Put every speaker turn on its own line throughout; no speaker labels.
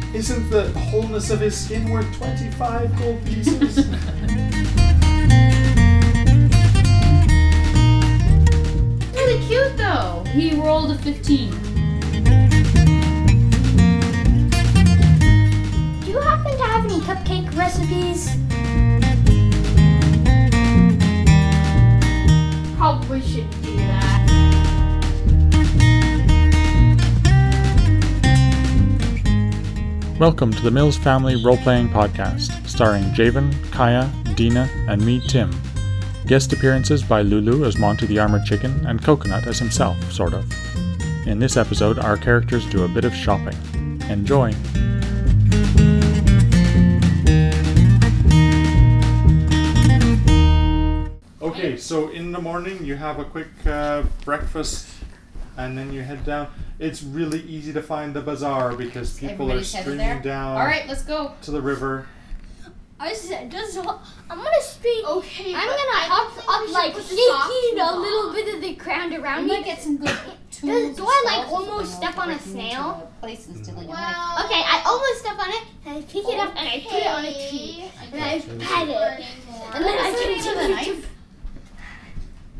the wholeness of his skin worth 25 gold pieces?
Really cute though. He rolled a 15.
Do you happen to have any cupcake recipes?
Probably shouldn't do that.
Welcome to the Mills Family Role Playing Podcast, starring Javen, Kaya, Dina, and me, Tim. Guest appearances by Lulu as Monty the Armored Chicken and Coconut as himself, sort of. In this episode, our characters do a bit of shopping. Enjoy!
Okay, so in the morning you have a quick uh, breakfast, and then you head down. It's really easy to find the bazaar because people
Everybody
are
heads
streaming
there.
down
All right, let's go.
to the river.
I said, just, I'm gonna speak.
Okay,
I'm
but
gonna
I
hop
think we
up
should
like
put the
shaking
socks
a
on.
little bit of the ground around
I'm
me.
gonna get some good
Does-
tools.
do I, like, almost step on a snail?
Place instead, like, I'm like,
Well,
Okay, I almost step on it, and I pick it up and I put it on a
okay.
tree,
I
and I
Okay.
pat it,
What's
and then
the
I
name of the
continue to.
knife?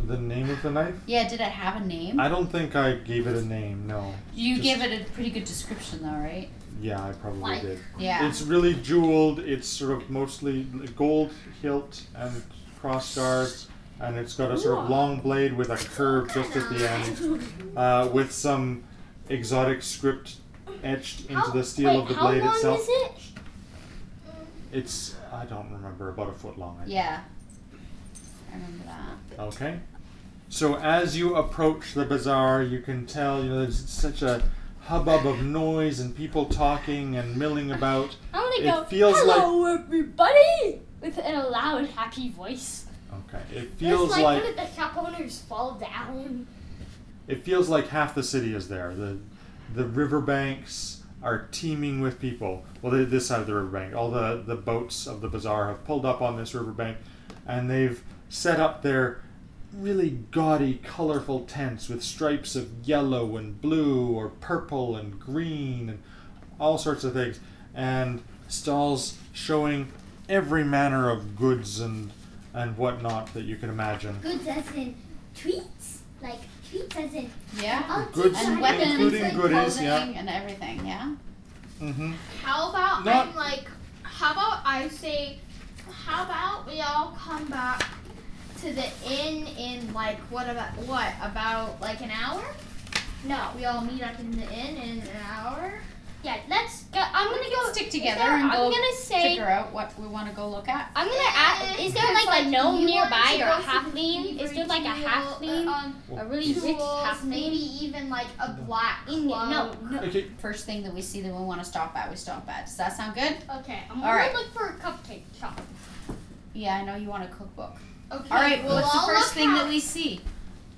The name of the knife?
Yeah, did it have a name?
I don't think I gave it a name. No.
you
just-
gave it a pretty good description, though, right?
Yeah, I probably
Like-
did.
Yeah.
It's really jeweled. It's sort of mostly gold hilt and cross guard, and it's got a sort of long blade with a curve just at the end, uh, with some exotic script etched into
How-
the steel
wait,
of the
how
blade
long
itself.
is it?
It's I don't remember about a foot long. I think.
yeah. I remember that.
Okay. So as you approach the bazaar, you can tell you know there's such a hubbub of noise and people talking and milling about.
I want to
It
go.
feels like-
Hello, everybody, with a loud, happy voice.
Okay. It feels
That's
like
like when the shop owners fall down.
it feels like half the city is there. The the riverbanks are teeming with people. Well, they, this side of the riverbank, all the the boats of the bazaar have pulled up on this riverbank, and they've set up their really gaudy, colorful tents with stripes of yellow and blue or purple and green and all sorts of things, and stalls showing every manner of goods and and whatnot that you can imagine.
Goods as in treats, like treats as in.
Yeah.
I'll
Goods
teach you
And
how to
weapons,
Including
and
goodies,
clothing,
yeah.
and everything, yeah?
Mm-hmm.
how about
Not-
I'm like, how about I say, how about we all come back to the inn in like what about what about like an hour?
No.
We all meet up in the inn in an hour.
Yeah, let's go. I'm gonna go.
Stick
is there-
together and
I'm
go
gonna say.
figure out what we want to go look at.
I'm gonna ask. Uh, Is there
It's
like a
like
gnome
you want
nearby
to
or a
go to
halfling? Is there like a halfling?
Um,
A really rich
jewels, maybe
halfling?
even like a black
Indian? No,
cloak.
no.
Okay,
First thing that we see that we want to stop at, we stop at. Does that sound good?
Okay, I'm
All right.
look for a cupcake shop.
Yeah, I know you want a cookbook.
Okay.
All right,
we'll
what's the
all
first
look
thing
out.
that we see?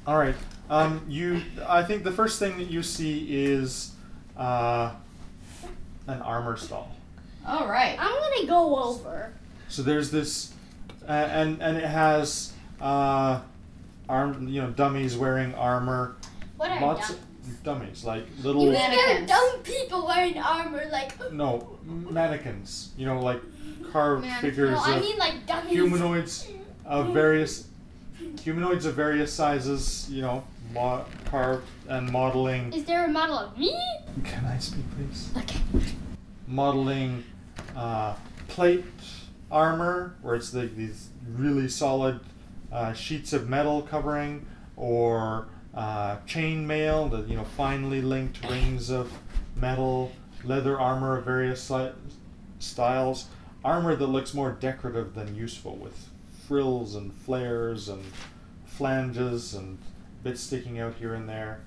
All right. Um, you, I think the first thing that you see is uh, an armor stall.
All right.
Oh,
I'm gonna go over.
So there's this, uh, and and it has uh, arm, you know, dummies wearing armor.
What are
Lots
dumb?
of dummies, like
You
little
mean they're
Mannequins.
dumb people wearing armor, like.
no mannequins. You know, like carved
Man-
figures
no, I
of
mean like dummies.
humanoids of various humanoids of various sizes. You know, mo- carved and modeling.
Is there a model of me?
Can I speak, please?
Okay.
modeling uh, plate armor, where it's like these really solid uh, sheets of metal covering, or uh, chain mail, the you know finely linked rings of metal, leather armor of various si- styles, armor that looks more decorative than useful, with frills and flares and flanges and bits sticking out here and there.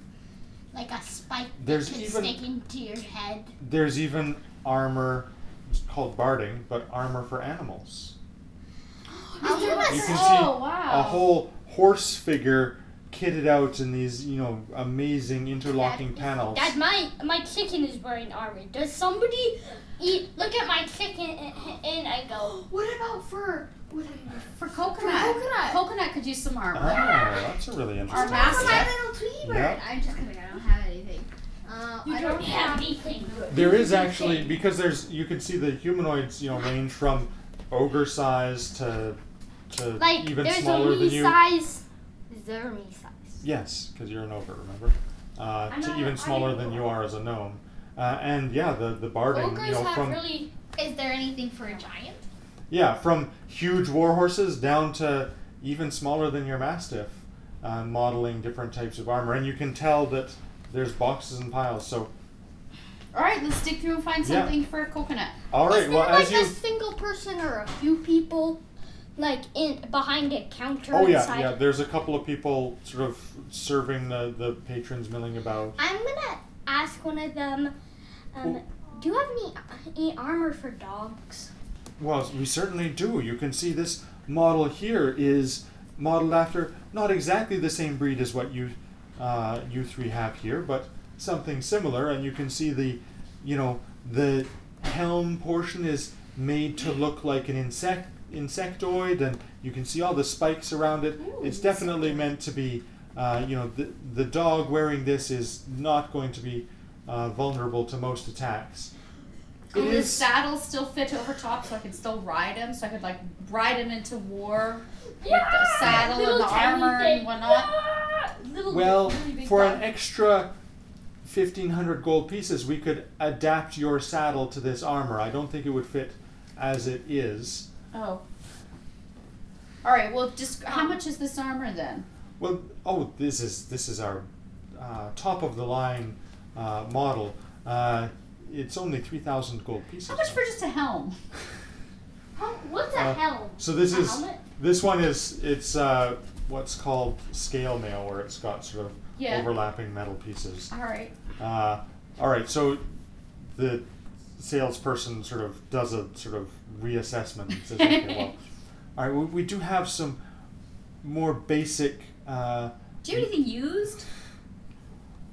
Like a spike
There's
that's
even
sticking to your head.
there's even armor it's called barding, but armor for animals.
Is there
You
like
can see
oh, wow.
a whole horse figure kitted out in these, you know, amazing interlocking panels.
Dad, my my chicken is wearing armor. Does somebody eat? Look at my chicken, and I go.
What about for what
For coconut.
coconut.
Coconut could use some
Oh,
armor.
that's a really
Our
interesting.
master.
my little Tweebird.
Yeah.
I'm just kidding. I don't have anything. Uh,
You
I
don't have anything good.
There is actually because there's you can see the humanoids you know range from ogre size to to
Like
even
there's a
smaller than
me
you.
size. Is there a me size?
Yes, because you're an ogre, remember? Uh,
I'm
to
not-
even
I'm
smaller
an
than you
ogre.
are as a gnome. Uh, and yeah, the the barding
Ogres
you know
have
from
really.
Is there anything for a giant?
yeah from huge war horses down to even smaller than your mastiff, uh, modeling different types of armor, and you can tell that there's boxes and piles. So
All right, let's dig through and find
Yeah.
something for a coconut.
all
Is
right,
there
well
like
as you
a single person or a few people, like in behind a counter
oh yeah
inside?
yeah there's a couple of people sort of serving the the patrons milling about.
I'm gonna ask one of them. Um,
Oh.
do you have any, any armor for dogs?
Well, we certainly do. You can see this model here is modeled after not exactly the same breed as what you uh, you three have here, but something similar. And you can see the, you know, the helm portion is made to look like an insect insectoid, and you can see all the spikes around it. it's definitely meant to be. Uh, you know, the, the dog wearing this is not going to be uh, vulnerable to most attacks. It
Will the
is-
saddle still fit over top so I can still ride him? So I could like ride him into war with the saddle
Little
and the
tiny
armor
thing.
and whatnot.
Little
Well,
really big
for
dog.
an extra 1500 gold pieces, we could adapt your saddle to this armor. I don't think it would fit as it is.
Oh. All right. Well, just how
Um,
much is this armor then?
Well, oh, this is this is our uh, top of the line uh, model. Uh, it's only 3000 gold pieces.
How much for just a helm?
Huh? What's a
Uh,
helm?
So this
A
is
helmet?
this one is it's uh, what's called scale mail where it's got sort of
Yeah.
overlapping metal pieces.
All right.
Uh, all right, so the salesperson sort of does a sort of reassessment and says, okay, well, all right, we, we do have some more basic uh,
Do you have anything used?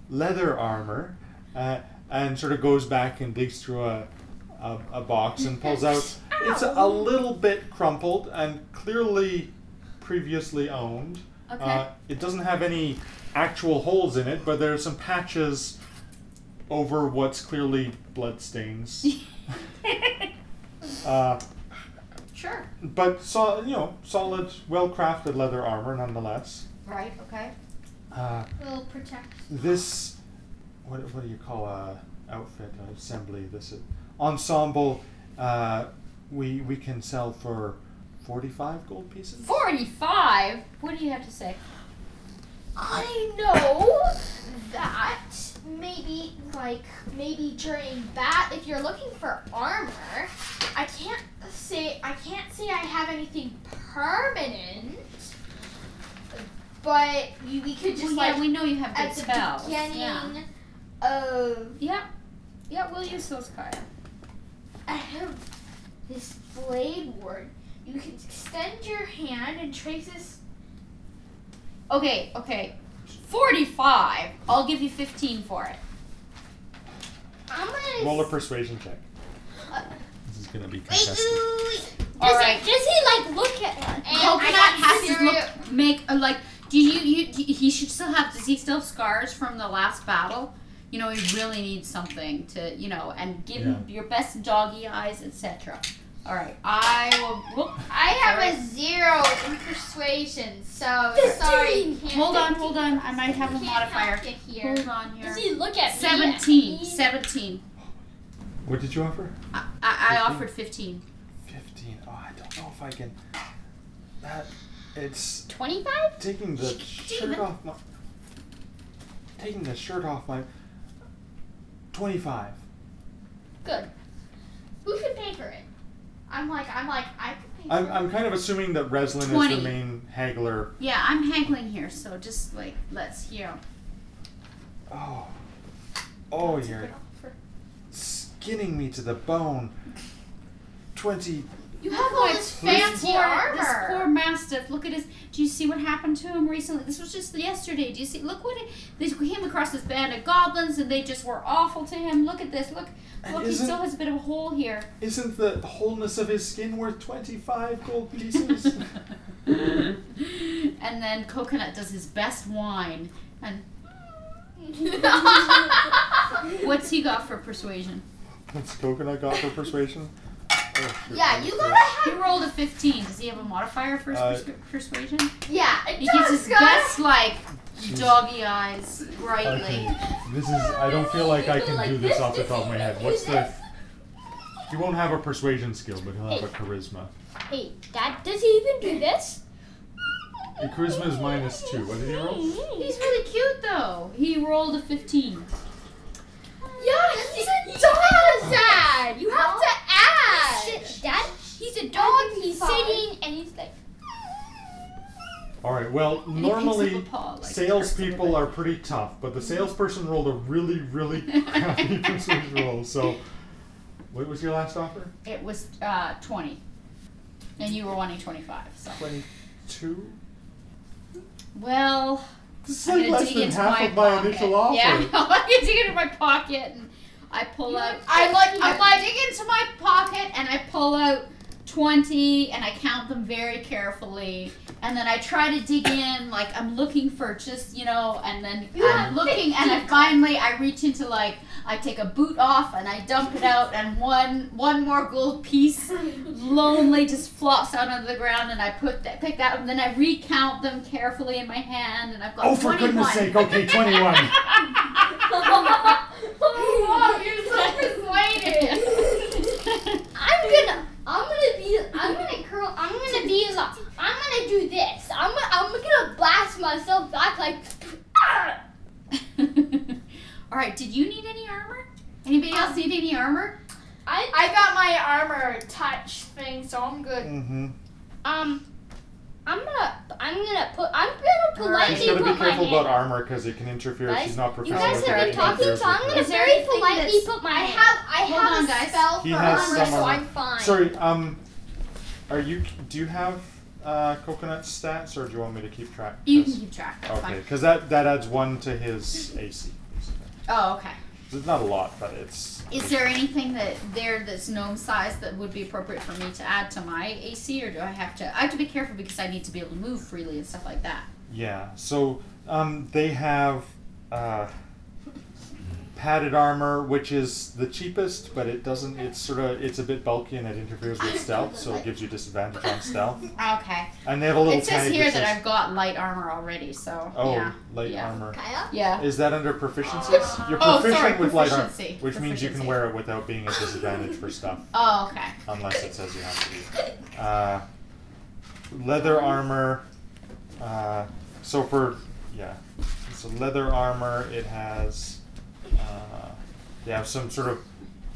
leather armor, uh, and sort of goes back and digs through a, a, a box and pulls out. It's a, a little bit crumpled and clearly previously owned.
Okay.
Uh, it doesn't have any actual holes in it, but there are some patches over what's clearly blood stains. uh,
sure.
but so, you know, solid, well-crafted leather armor nonetheless.
Right. Okay.
Uh,
Will protect.
this what, what do you call a outfit an assembly this is- ensemble uh, we we can sell for 45 gold pieces
Forty-five. What do you have to say?
I know that maybe like maybe during that if you're looking for armor, I can't say I can't say I have anything permanent. But you, we could just
Well, yeah,
like
we know you have
at
good
the
spells.
beginning
Yeah.
of
Yeah. Yeah, we'll use those, Kaya.
ahem, this blade ward, you can extend your hand and trace this.
Okay, okay. 45. I'll give you 15 for it.
I'm gonna
roll a persuasion check
Uh,
this is going to be
Wait,
contested
ooh, wait.
All
Does,
right.
he, does he like look at one?
And
Coconut
I got
has to
zero-
look, make, a, like, do you, you, do- he should still have, does he still have scars from the last battle? You know, he really needs something to, you know, and give him your best doggy eyes, etc. All right, I will, whoop,
I have a zero in persuasion, so sorry.
Fifteen.
can't-
hold on, hold on, I might have a
can't
modifier.
help you here.
Hold on here.
Does he look at me?
17,
He's-
17.
what did you offer
I, I, I
15?
offered 15.
15 oh i don't know if i can that it's
25?
taking the shirt off my taking the shirt off my 25
Good. Who should pay for it? I'm like, I'm like, I could pay
I'm,
for
I'm kind of assuming that Reslin is
20.
the main haggler
Yeah, I'm haggling here, so just like let's hear.
Oh. Oh,
it.
you're skinning me to the bone. 20.
You have all this fancy armor.
This poor mastiff. Look at his. Do you see what happened to him recently? This was just yesterday. Do you see? Look what it, they came across this band of goblins, and they just were awful to him. Look at this. Look,
And
look. He
isn't-
still has a bit of a hole here.
Isn't the wholeness of his skin worth 25 gold pieces?
and then coconut does his best wine, and What's he got for persuasion?
What's coconut got for persuasion? Oh, shoot.
Yeah, you gotta have.
He rolled a 15. Does he have a modifier for his
Uh,
persua- persuasion?
Yeah, it
He
does,
gets his
guys.
best, like,
Jeez. Uh,
doggy eyes brightly.
Okay. This is. I don't feel like I can do this off the top of my head. What's the? He won't have a persuasion skill, but he'll have a charisma.
Hey, Dad, does he even do this?
Your charisma is minus two. What did he roll?
He's really cute, though. He rolled a 15.
Yeah, he's a dog, Dad. You have to add.
Shit, Dad, he's a dog. He's
fine.
sitting and he's like,
All right. Well,
And he picks up a
normally
paw, like,
salespeople are pretty tough, but the salesperson rolled a really, really crappy persuasion roll. So, what was your last offer?
It was uh, 20. And you were wanting 25, so.
Twenty-two.
Well,
This is
I'm
like
gonna
less
dig
than
into
half
my
of my
pocket.
initial offer.
Yeah, I know. I'm gonna dig into my pocket and I pull out.
I like-
I'm like dig into my pocket and I pull out twenty and I count them very carefully. And then I try to dig in, like I'm looking for just you know. And then I'm looking, and I finally I reach into like I take a boot off and I dump it out, and one one more gold piece lonely just flops out onto the ground, and I put that pick that, up, and then I recount them carefully in my hand, and I've got
Oh, for
21.
goodness sake! Okay, twenty-one.
Mom, you're so persuaded.
I'm gonna, I'm gonna be, I'm gonna curl, I'm gonna be like, I'm gonna do this. I'm gonna, I'm gonna blast myself back like, "Ah!"
All right, did you need any armor? Anybody else need any armor?
I,
I got my armor touch thing, so I'm good.
mm-hmm.
um, I'm gonna, I'm gonna put, I'm gonna
She's
politely
gotta
put
be
my
careful about
hand.
armor because it can interfere. if
Guys,
She's not
You
professional.
guys
it
have
can
been
interfere
talking,
with
so I'm
her.
gonna
Is there
very
anything
politely
that's-
put my
I
hand.
have I
Hold
have
on,
a
guys.
spell
He
for
has
armor,
some
so
armor.
I'm fine.
Sorry, um, are you? Do you have uh, coconut stats, or do you want me to keep track?
You can
'Cause-
keep track. That's
Okay,
fine.
because that that adds one to his AC. basically.
Oh, okay.
So It's not a lot, but it's.
Is there anything that there that's gnome size that would be appropriate for me to add to my AC, or do I have to? I have to be careful because I need to be able to move freely and stuff like that.
Yeah. So um, they have uh, padded armor, which is the cheapest, but it doesn't. It's sort of it's a bit bulky and it interferes with stealth, so it gives you disadvantage on stealth.
Okay.
And they have a little
It says
tag
here
that
that
says,
I've got light armor already, so
oh
yeah.
light
yeah.
armor.
Kaya?
Yeah.
Is that under proficiencies? You're
Oh,
proficient
sorry,
with light armor,
proficiency,
which means you can
proficiency.
wear it without being at disadvantage for stuff.
Oh, okay.
unless it says you have to. Be. Uh, leather armor. Uh, so for yeah, so leather armor. It has. Uh, they have some sort of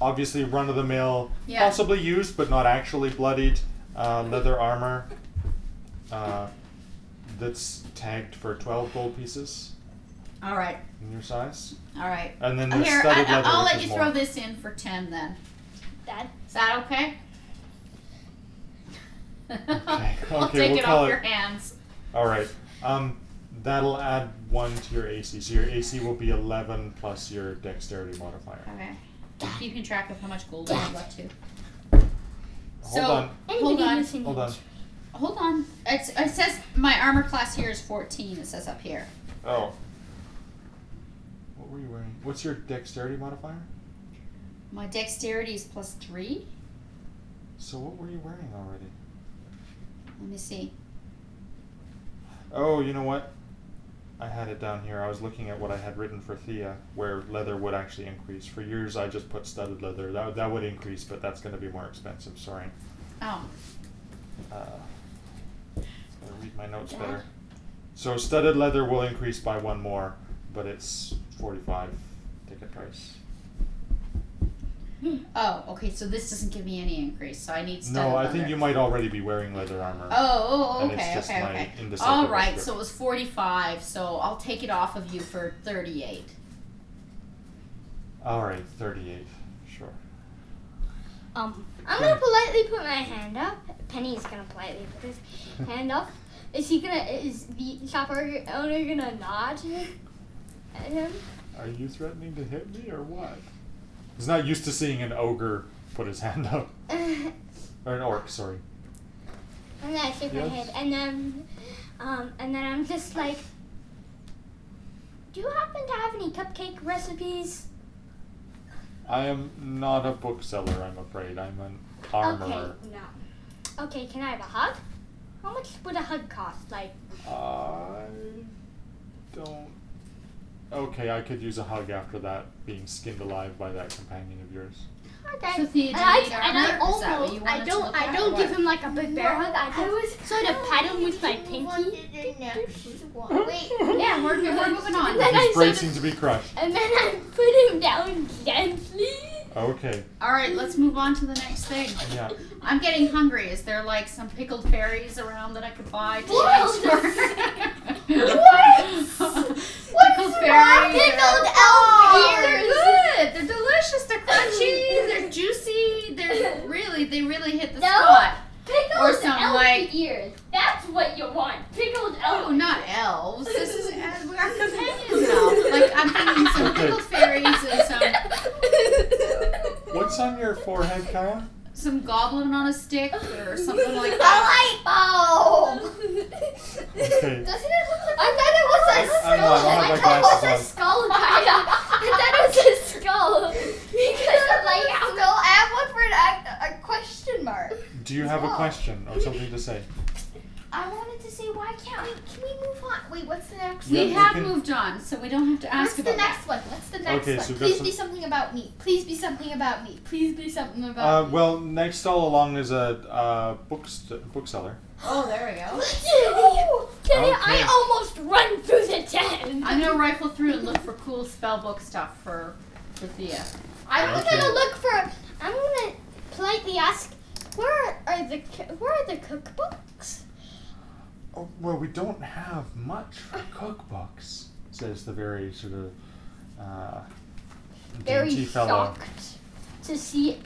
obviously run of the mill,
Yeah.
possibly used but not actually bloodied uh, leather armor. Uh, that's tagged for twelve gold pieces
All right.
in your size,
All right.
and then the
Here,
studded
I,
leather.
I'll
which
let
is
you
more.
throw this in for ten then.
Dad,
Is that okay? I'll
okay,
take
we'll
it
call
off
it-
your hands.
All right. Um, that'll add one to your AC. So your AC will be eleven plus your dexterity modifier.
Okay. Keeping track of how much gold you got too.
Hold
So-
on,
anybody
Hold on.
listening?
hold on.
Hold on. It's, it says my armor class here is 14. It says up here.
Oh. What were you wearing? What's your dexterity modifier?
My dexterity is plus three.
So what were you wearing already?
Let me see.
Oh, you know what? I had it down here. I was looking at what I had written for Thea, where leather would actually increase. For years, I just put studded leather. That, that would increase, but that's going to be more expensive. Sorry.
Oh,
Uh, gotta read my notes better. So studded leather will increase by one more, but it's forty-five ticket price.
oh, okay. So this doesn't give me any increase. So I need. studded
No, I
leather.
think you might already be wearing leather armor.
Oh, oh,
And it's
okay,
just
okay,
my
okay.
indecipherable
All right,
script.
so it was 45, so I'll take it off of you for 38.
All right, thirty-eight. Sure.
Um, I'm gonna politely put my hand up. Penny's gonna politely put his hand up. Is he gonna? Is the shop owner gonna nod at him?
Are you threatening to hit me or what? He's not used to seeing an ogre put his hand up,
and
or an orc. Sorry.
then I shake my
Yes.
head, and then, um, and then I'm just like, "Do you happen to have any cupcake recipes?"
I am not a bookseller, I'm afraid. I'm an armorer.
Okay, no. Okay, can I have a hug? How much would a hug cost? Like,
I don't. Okay, I could use a hug after that being skinned alive by that companion of yours.
okay.
So Thea, do you
and I,
need our
and I
hug, or is that what
also,
you want
I
us to
don't,
look
I
at,
don't
or
give
what?
him like a big bear hug. I
I
just
was
sort of pat him with my
kinda
pinky.
wanted a nurse's one. Wait,
Yeah, we're, we're moving on.
Then I
His brain
sort of-
seems to be crushed.
And then I put him down gently.
Okay,
All right, let's move on to the next thing.
yeah.
I'm getting hungry. Is there like some pickled fairies around that I could buy? To
What?
what? pickled fairies.
pickled
are-
elf
They're
ears.
good. They're delicious. They're crunchy. They're juicy. They're really, they really hit the
No.
spot.
Pickled
Or some,
elf
like-
ears. That's what you want. Pickled elf.
Oh, not elves. This is our companions now. Like I'm thinking some
Okay.
pickled fairies and some
What's on your forehead, Kaya?
some goblin on a stick or something like
a
that.
light bulb.
Okay.
Doesn't it look like? I
I know, I don't have my
thought it was a
glasses
skull.
I thought it was a skull.
Because of like skull. I have one for an act, a question mark.
on. Do you have a
Well.
question or something to say?
I wanted to say, why can't we? Can we move on? Wait, what's the next?
Yeah,
We
you
have
can-
moved on, so we don't have to ask
What's the
about that.
next one? What's the next
Okay,
one?
so we've got
Please
some-
be something about me. Please be something about me. Please be something about
Uh,
me.
well, next all along is a uh, bookst- bookseller.
Oh, there we go.
Jenny,
Okay.
I almost run through the tent.
I'm gonna rifle through and look for cool spell book stuff for for Thea.
I'm
Okay.
gonna look.
look for. I'm gonna politely ask, where are the co- where are the cookbooks?
Oh, well, we don't have much for cookbooks, says the very sort of uh,
Very
dainty fellow.
shocked to see.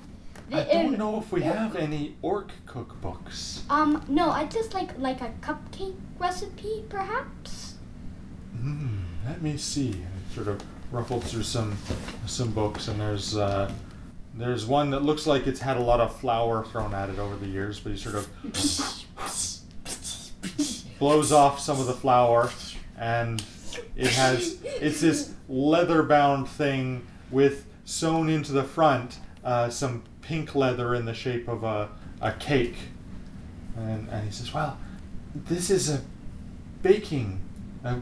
The,
I don't
um,
know if we have any orc cookbooks.
Um, no, I just like like a cupcake recipe, perhaps.
Hmm, let me see. And it sort of ruffled through some some books, and there's uh, there's one that looks like it's had a lot of flour thrown at it over the years, but he sort of blows off some of the flour, and it has it's this leather-bound thing with sewn into the front uh, some pink leather in the shape of a a cake, and and he says, "Well, this is a baking." A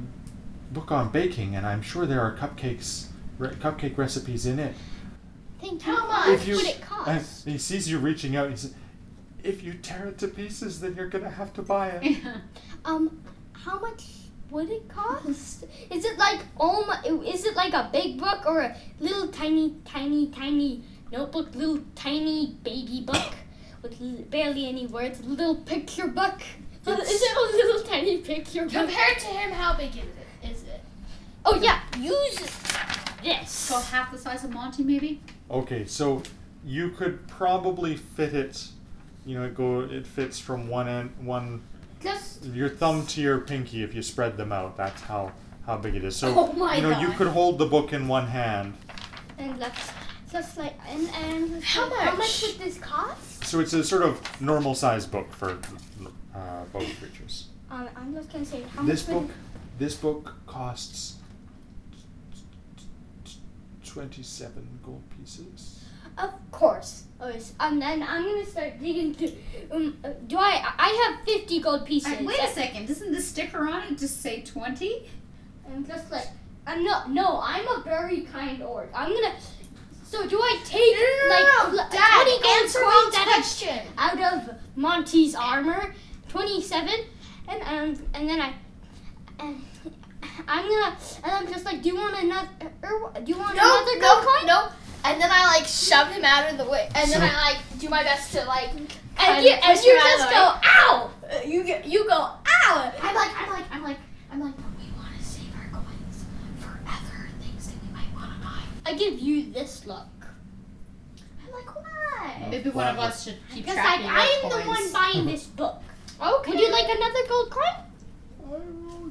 book on baking, and I'm sure there are cupcakes, re- cupcake recipes in it.
Thank you.
How
What
much?
you,
would it
Oh,
cost?
and he sees you reaching out. He says, "If you tear it to pieces, then you're gonna have to buy it."
Um, how much would it cost? Is it like oh my? Is it like a big book or a little tiny, tiny, tiny notebook, little tiny baby book with l- barely any words, little picture book? Is it a little tiny picture book?
Compared to him, how big is it? Is it?
Oh yeah, use this.
so half the size of Monty, maybe.
Okay, so you could probably fit it. You know, it go. It fits from one end, one
Just
your thumb to your pinky if you spread them out. That's how how big it is. So
Oh my
you know, you
God.
could hold the book in one hand.
And let's let's like and and let's
How
like, how much
much?
would this cost?
So it's a sort of normal size book for uh, both creatures.
Um, I'm just gonna say how
this
much. would-
book this book costs 27 gold pieces
Of course. Oh, yes. Um, then I'm gonna start digging through. Um, uh, do I? I have 50 gold pieces.
Alright, wait a second. Doesn't the sticker on it just say twenty?
I'm just like, I'm not. No, I'm a very kind orc. I'm gonna. So do I take
no, no,
like l-
Dad,
20 gold
answer
coins
my
out of,
question.
out of Monty's armor, 27, and um, and then I. And, I'm gonna, and I'm just like, do you want another, or do you want
No,
another gold
no,
coin?
no. And then I like shove him out of the way, and then
So-
I like do my best to like.
And you, and
push
you
him out of
just
the way.
go, ow!
Uh, You get, you go ow! I'm like, I'm like, I'm like, I'm like, but we want to save our coins for other things that we might want to buy.
I give you this look.
I'm like,
Oh,
why?
Maybe one of us should keep
Because
track
like
of
I am
your
the one
coins.
buying this book.
Okay.
Would you like another gold coin?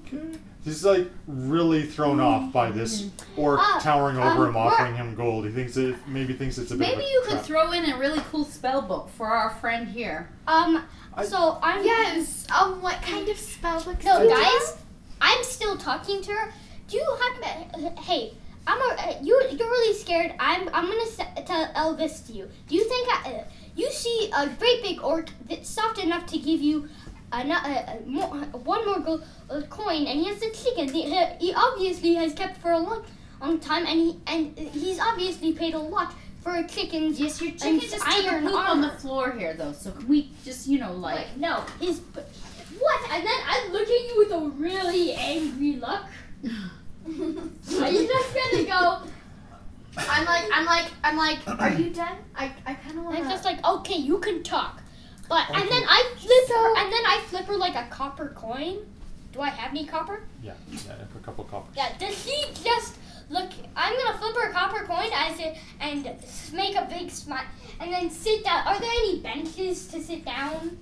okay he's like really thrown off by this orc
Mm, Uh,
towering over
um,
him offering him gold he thinks it maybe thinks it's a bit of
Maybe
a
you could
trap.
throw in a really cool spell book for our friend here.
Um.
I-
so I'm.
Yes. Um, what kind of spell book?
No,
do you
guys.
have?
I'm still talking uh, to her. Do you have? Hey, I'm. A, you. You're really scared. I'm. I'm gonna. s- tell Elvis to you. Do you think I, uh, you see a great big orc that's soft enough to give you ano- uh, uh, more, one more gold uh, coin, and he has a chicken that he, he obviously has kept for a long, long time, and he and he's obviously paid a lot for a chicken.
Yes, your
And
chicken just took a
iron
poop on the
armor.
floor here, though. So can we just, you know, like,
Like, no, he's what? And then I look at you with a really angry look. Are you just gonna go?
I'm like, I'm like, I'm like, are you done? I, I kind of want
I'm
to.
just like, okay, you can talk, but
Okay.
and then I flip her, and then I flip her like a copper coin. Do I have any copper?
Yeah, yeah, a couple coppers.
Yeah. Does she just look? I'm gonna flip her a copper coin as it and s- make a big smile, and then sit down. Are there any benches to sit down?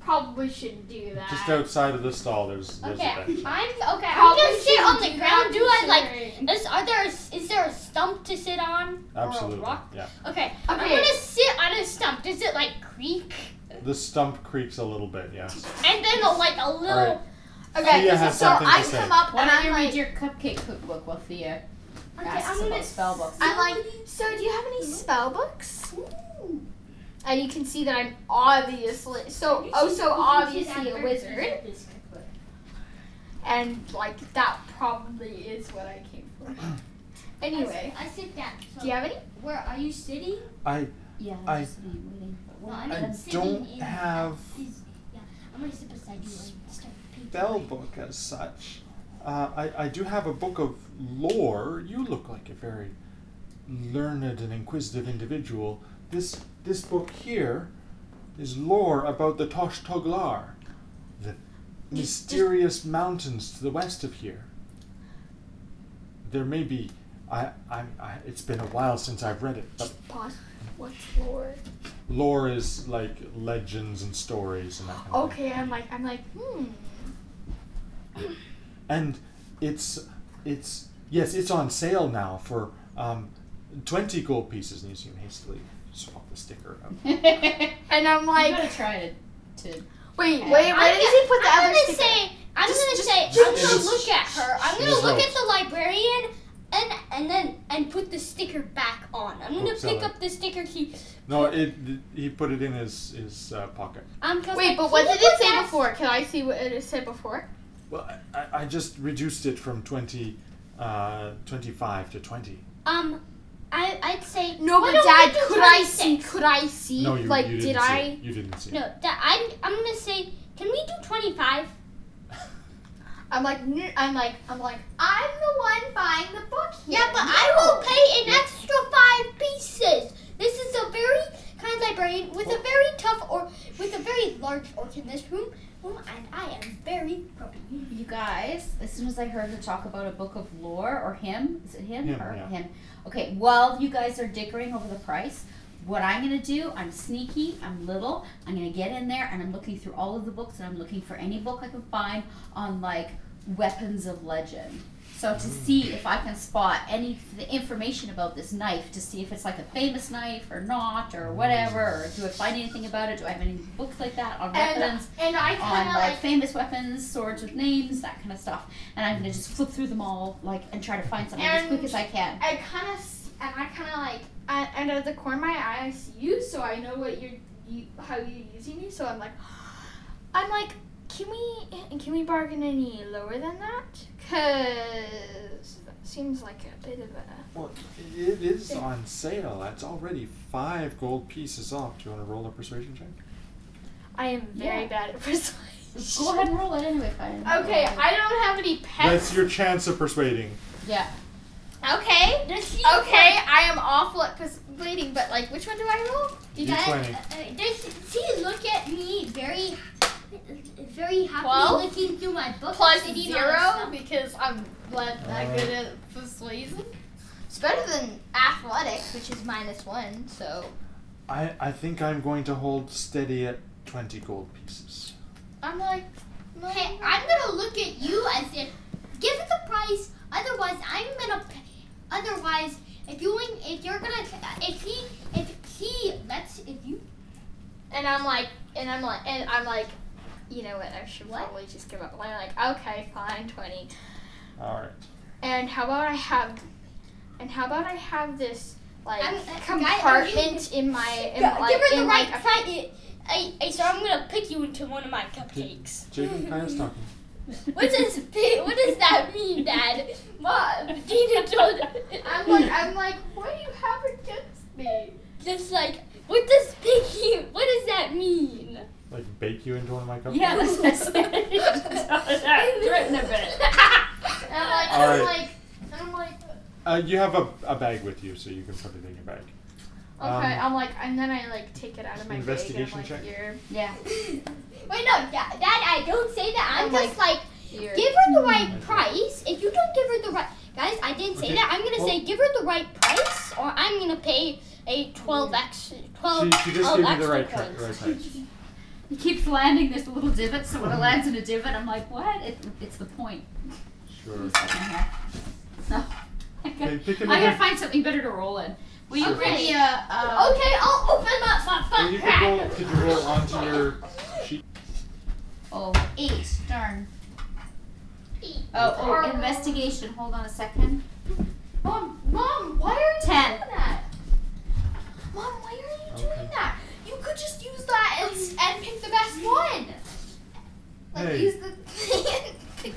Probably shouldn't do that.
Just outside of the stall, there's there's
Okay,
a bench.
I'm okay.
Probably
I'm gonna sit on
shouldn't
the
do
ground.
that
Do I like?
considering.
Is, are there? A, s- is there a stump to sit on? Or a
Absolutely.
rock?
Yeah.
Okay. I'm
Okay.
gonna sit on a stump. Does it like creak?
The stump creaks a little bit. Yeah.
And then a, like a little.
right.
Okay,
Thea has
so
something to
I
say.
come up
why
and
don't
I'm
you
like,
read your cupcake cookbook while Thea
Okay,
asks
I'm gonna
about spell books?
I'm like, so do you have any spell books? Mm-hmm. And you can see that I'm obviously so oh so obviously a wizard, and like that probably is what I came for. Anyway,
I sit down. So
do you have any?
Where are you sitting?
I
yeah,
I-
just waiting.
No, I'm
I
not sitting
don't
in-
have
He's- Yeah, I'm gonna sit beside you and start peeking.
spell book as such. Uh, I I do have a book of lore. You look like a very learned and inquisitive individual. This this book here is lore about the Tosh Toglar, the mysterious mountains to the west of here. There may be. I, I, I, it's been a while since I've read it, but
Pause. What's lore?
lore is like legends and stories and that kind of thing.
Okay, I'm like I'm like hmm.
And it's it's yes, it's on sale now for um, twenty gold pieces. And you see him hastily swap the sticker out.
And I'm
I
like
gotta try to. to
wait wait wait.
I'm
Where did he put the
I'm
other
gonna
sticker?
say. I'm
Just-
gonna
just-
say.
just-
I'm gonna
just-
look at her. I'm gonna
There's
look
no-
at the librarian. And, and then and put the sticker back on. I'm gonna
Oops,
pick
sorry.
up the sticker key.
No, it he put it in his his uh, pocket.
Um, 'cause
Wait,
I
but what
keep
did it say
forgetting-
before? Can I see what it said before?
Well, I- I, I just reduced it from 20, uh, 25 to twenty.
Um, I I'd say
No,
why
but
don't we
Dad,
do
could I
26?
see? Could I see?
No, you,
like,
you
did
didn't see
I?
it. You didn't see.
No,
it.
that I'm I'm gonna say. Can we do twenty five?
I'm like, "N- I'm like, I'm like, I'm the one buying the book here.
Yeah, but I will pay an extra five pieces. This is a very kind librarian with a very tough or with a very large orc in this room, room and I am very grumpy.
You guys, as soon as I heard her talk about a book of lore or him, is it him,
Him,
or
yeah.
him? Okay, while you guys are dickering over the price, what I'm gonna do, I'm sneaky, I'm little, I'm gonna get in there and I'm looking through all of the books and I'm looking for any book I can find on like weapons of legend. So to see if I can spot any f- information about this knife, to see if it's like a famous knife or not or whatever, or do I find anything about it? Do I have any books like that on
And-
weapons?
and I
on
kind of
like,
like,
famous weapons, swords with names, that kind of stuff. And I'm gonna just flip through them all, like, and try to find something as
And-
quick as I can.
I kind of, and I kind of like, I, and out of the corner of my eye, I see you, so I know what you're, you, how you're using me. So I'm like, I'm like, can we, can we bargain any lower than that? Cause that seems like a bit of a.
Well, it is on sale. It's already five gold pieces off. Do you want to roll a persuasion check?
I am very
Yeah.
bad at persuasion.
Go ahead and roll it anyway, fine.
Okay, I don't have any pets.
That's your chance of persuading.
Yeah.
Okay.
Does he
Okay, I am awful at persuading, but like, which one do I roll?
D twenty.
Like, uh, does he look at me very very happy
Twelve?
looking through my book?
Plus
sitting on a
zero
stump?
because I'm not that
Alright.
good at persuasion. It's better than athletics, which is minus one. So
I, I think I'm going to hold steady at twenty gold pieces.
I'm like,
Hey, I'm gonna look at you and say, give it the price. Otherwise, I'm gonna. p- Otherwise, if you ain't- if you're gonna if he if he lets if you
and I'm like, and I'm like, and I'm like, you know what? I should probably just give up. And I'm like, okay, fine, twenty.
All right.
And how about I have, and how about I have this
like
I'm- uh, I-
compartment in my in,
Go-
like,
give her the
in,
right
like, a-
credit.
I, I so I'm gonna pick you into one of my cupcakes.
Javen Kaya's talking.
What does what does that mean, Dad? Mom, Dina told.
I'm like, I'm like, what do you have against me?
just like what does picky? What does that mean?
Like bake you into one of my cupcakes.
Yeah, that's what I said. Threaten a bit.
And I'm like,
All
I'm
right.
like, I'm like, okay.
Uh, you have a, a bag with you, so you can put it in your bag. Um,
I'm like, and then I like take it out of my
Investigation
bag and
check?
I'm like, here,
Yeah.
Wait, no, Da- Dad, I don't say that. I'm
Oh,
just like
here.
give her the right price. If you don't give her the right, guys, I didn't say
Okay,
that. I'm gonna say give her the right price, or I'm gonna pay a twelve x twelve.
Mm. she, she just
12
gave you the
extra
right, tri-
coins.
right price.
It keeps landing this little divot, so when it lands in a divot, I'm like, what? It, it's the point. "Uh-huh."
Sure.
No. I gotta,
Okay, pick
I
another-
gotta find something better to roll in. Will you
Sure.
bring me a. Uh,
Okay, I'll open up my
Well, you could roll,
backpack.
could you roll onto your sheet?
Oh, eight. Darn. Oh, oh, investigation. Hold on a second.
Mom, mom, why are you
Ten.
doing that? Mom, why are you
Okay.
doing that? You could just use that and, s- and pick the best one. Like
Hey.
use the.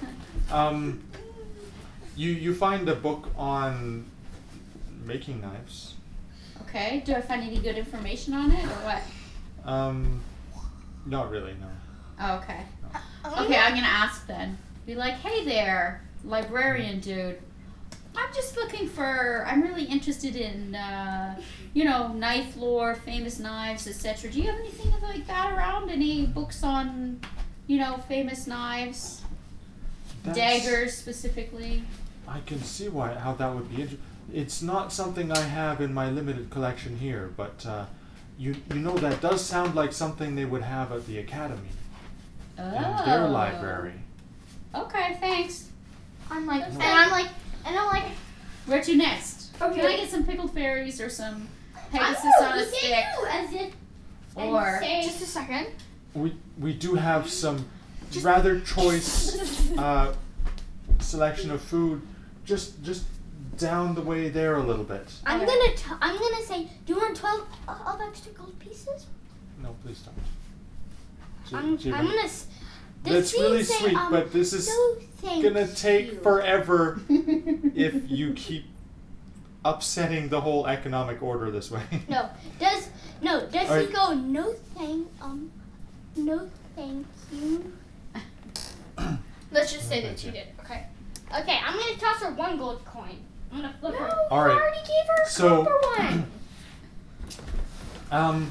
Um, you you find a book on making knives.
Okay. Do I find any good information on it or what?
Um, not really, no.
Oh, okay. Okay,
Oh.
I'm gonna ask then. Be like, hey there, librarian dude. I'm just looking for. I'm really interested in, uh, you know, knife lore, famous knives, etc. Do you have anything like that around? Any books on, you know, famous knives,
That's-
daggers specifically?
I can see why how that would be. Inter- it's not something I have in my limited collection here, but uh, you you know that does sound like something they would have at the academy
Oh.
in their library.
Okay, thanks.
I'm like,
No.
and I'm like, and I'm like,
Where to next? Can I
okay.
get some pickled fairies or some
I'm
Pegasus
gonna
on a
look at
stick?
you as if and
Or
say- just a second.
We we do have some rather choice uh, selection of food. Just just down the way there a little bit.
I'm
Okay.
gonna t- I'm gonna say, do you want twelve of extra gold pieces?
No, please don't. J-
I'm,
Jimin.
I'm gonna. s- This
That's
seems
really
say,
sweet,
um,
but this is
no, thank
gonna take
you.
forever if you keep upsetting the whole economic order this way.
No, does no does
Alright.
he go? No thank um, no thank you.
Let's just say
Okay,
that you
yeah.
did. Okay.
Okay, I'm gonna toss her one gold coin. I'm gonna flip her.
All right.
already gave her a
So-
copper one.
Um,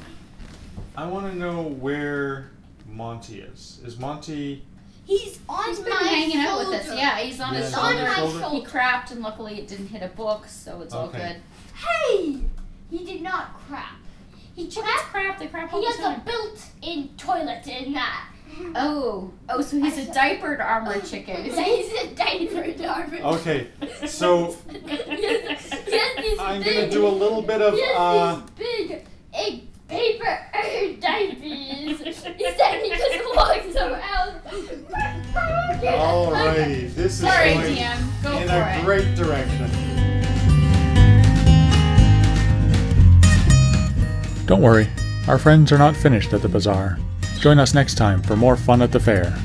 I want to know where Monty is. Is Monty?
He's on
He's been
my
hanging
shoulder.
out with us. Yeah, he's on
Yeah,
his
he's
on
shoulder.
my
He
shoulder.
crapped, and luckily it didn't hit a book, so it's all
Okay.
good.
Hey, he did not crap. He
That's
crap.
crap. They crap all
He
the
has a
time.
built-in toilet in that.
Oh, oh, so he's a diapered armored chicken. Is
He's
that-
a diaper darling.
Okay, so
Yes, yes, he's
I'm
big.
gonna do a little bit of
Yes,
uh.
these big egg paper diaries. he said he just walks around.
Alrighty, this is
Sorry,
going
DM. Go
in
for
a
it.
great direction.
Don't worry, our friends are not finished at the bazaar. Join us next time for more fun at the fair.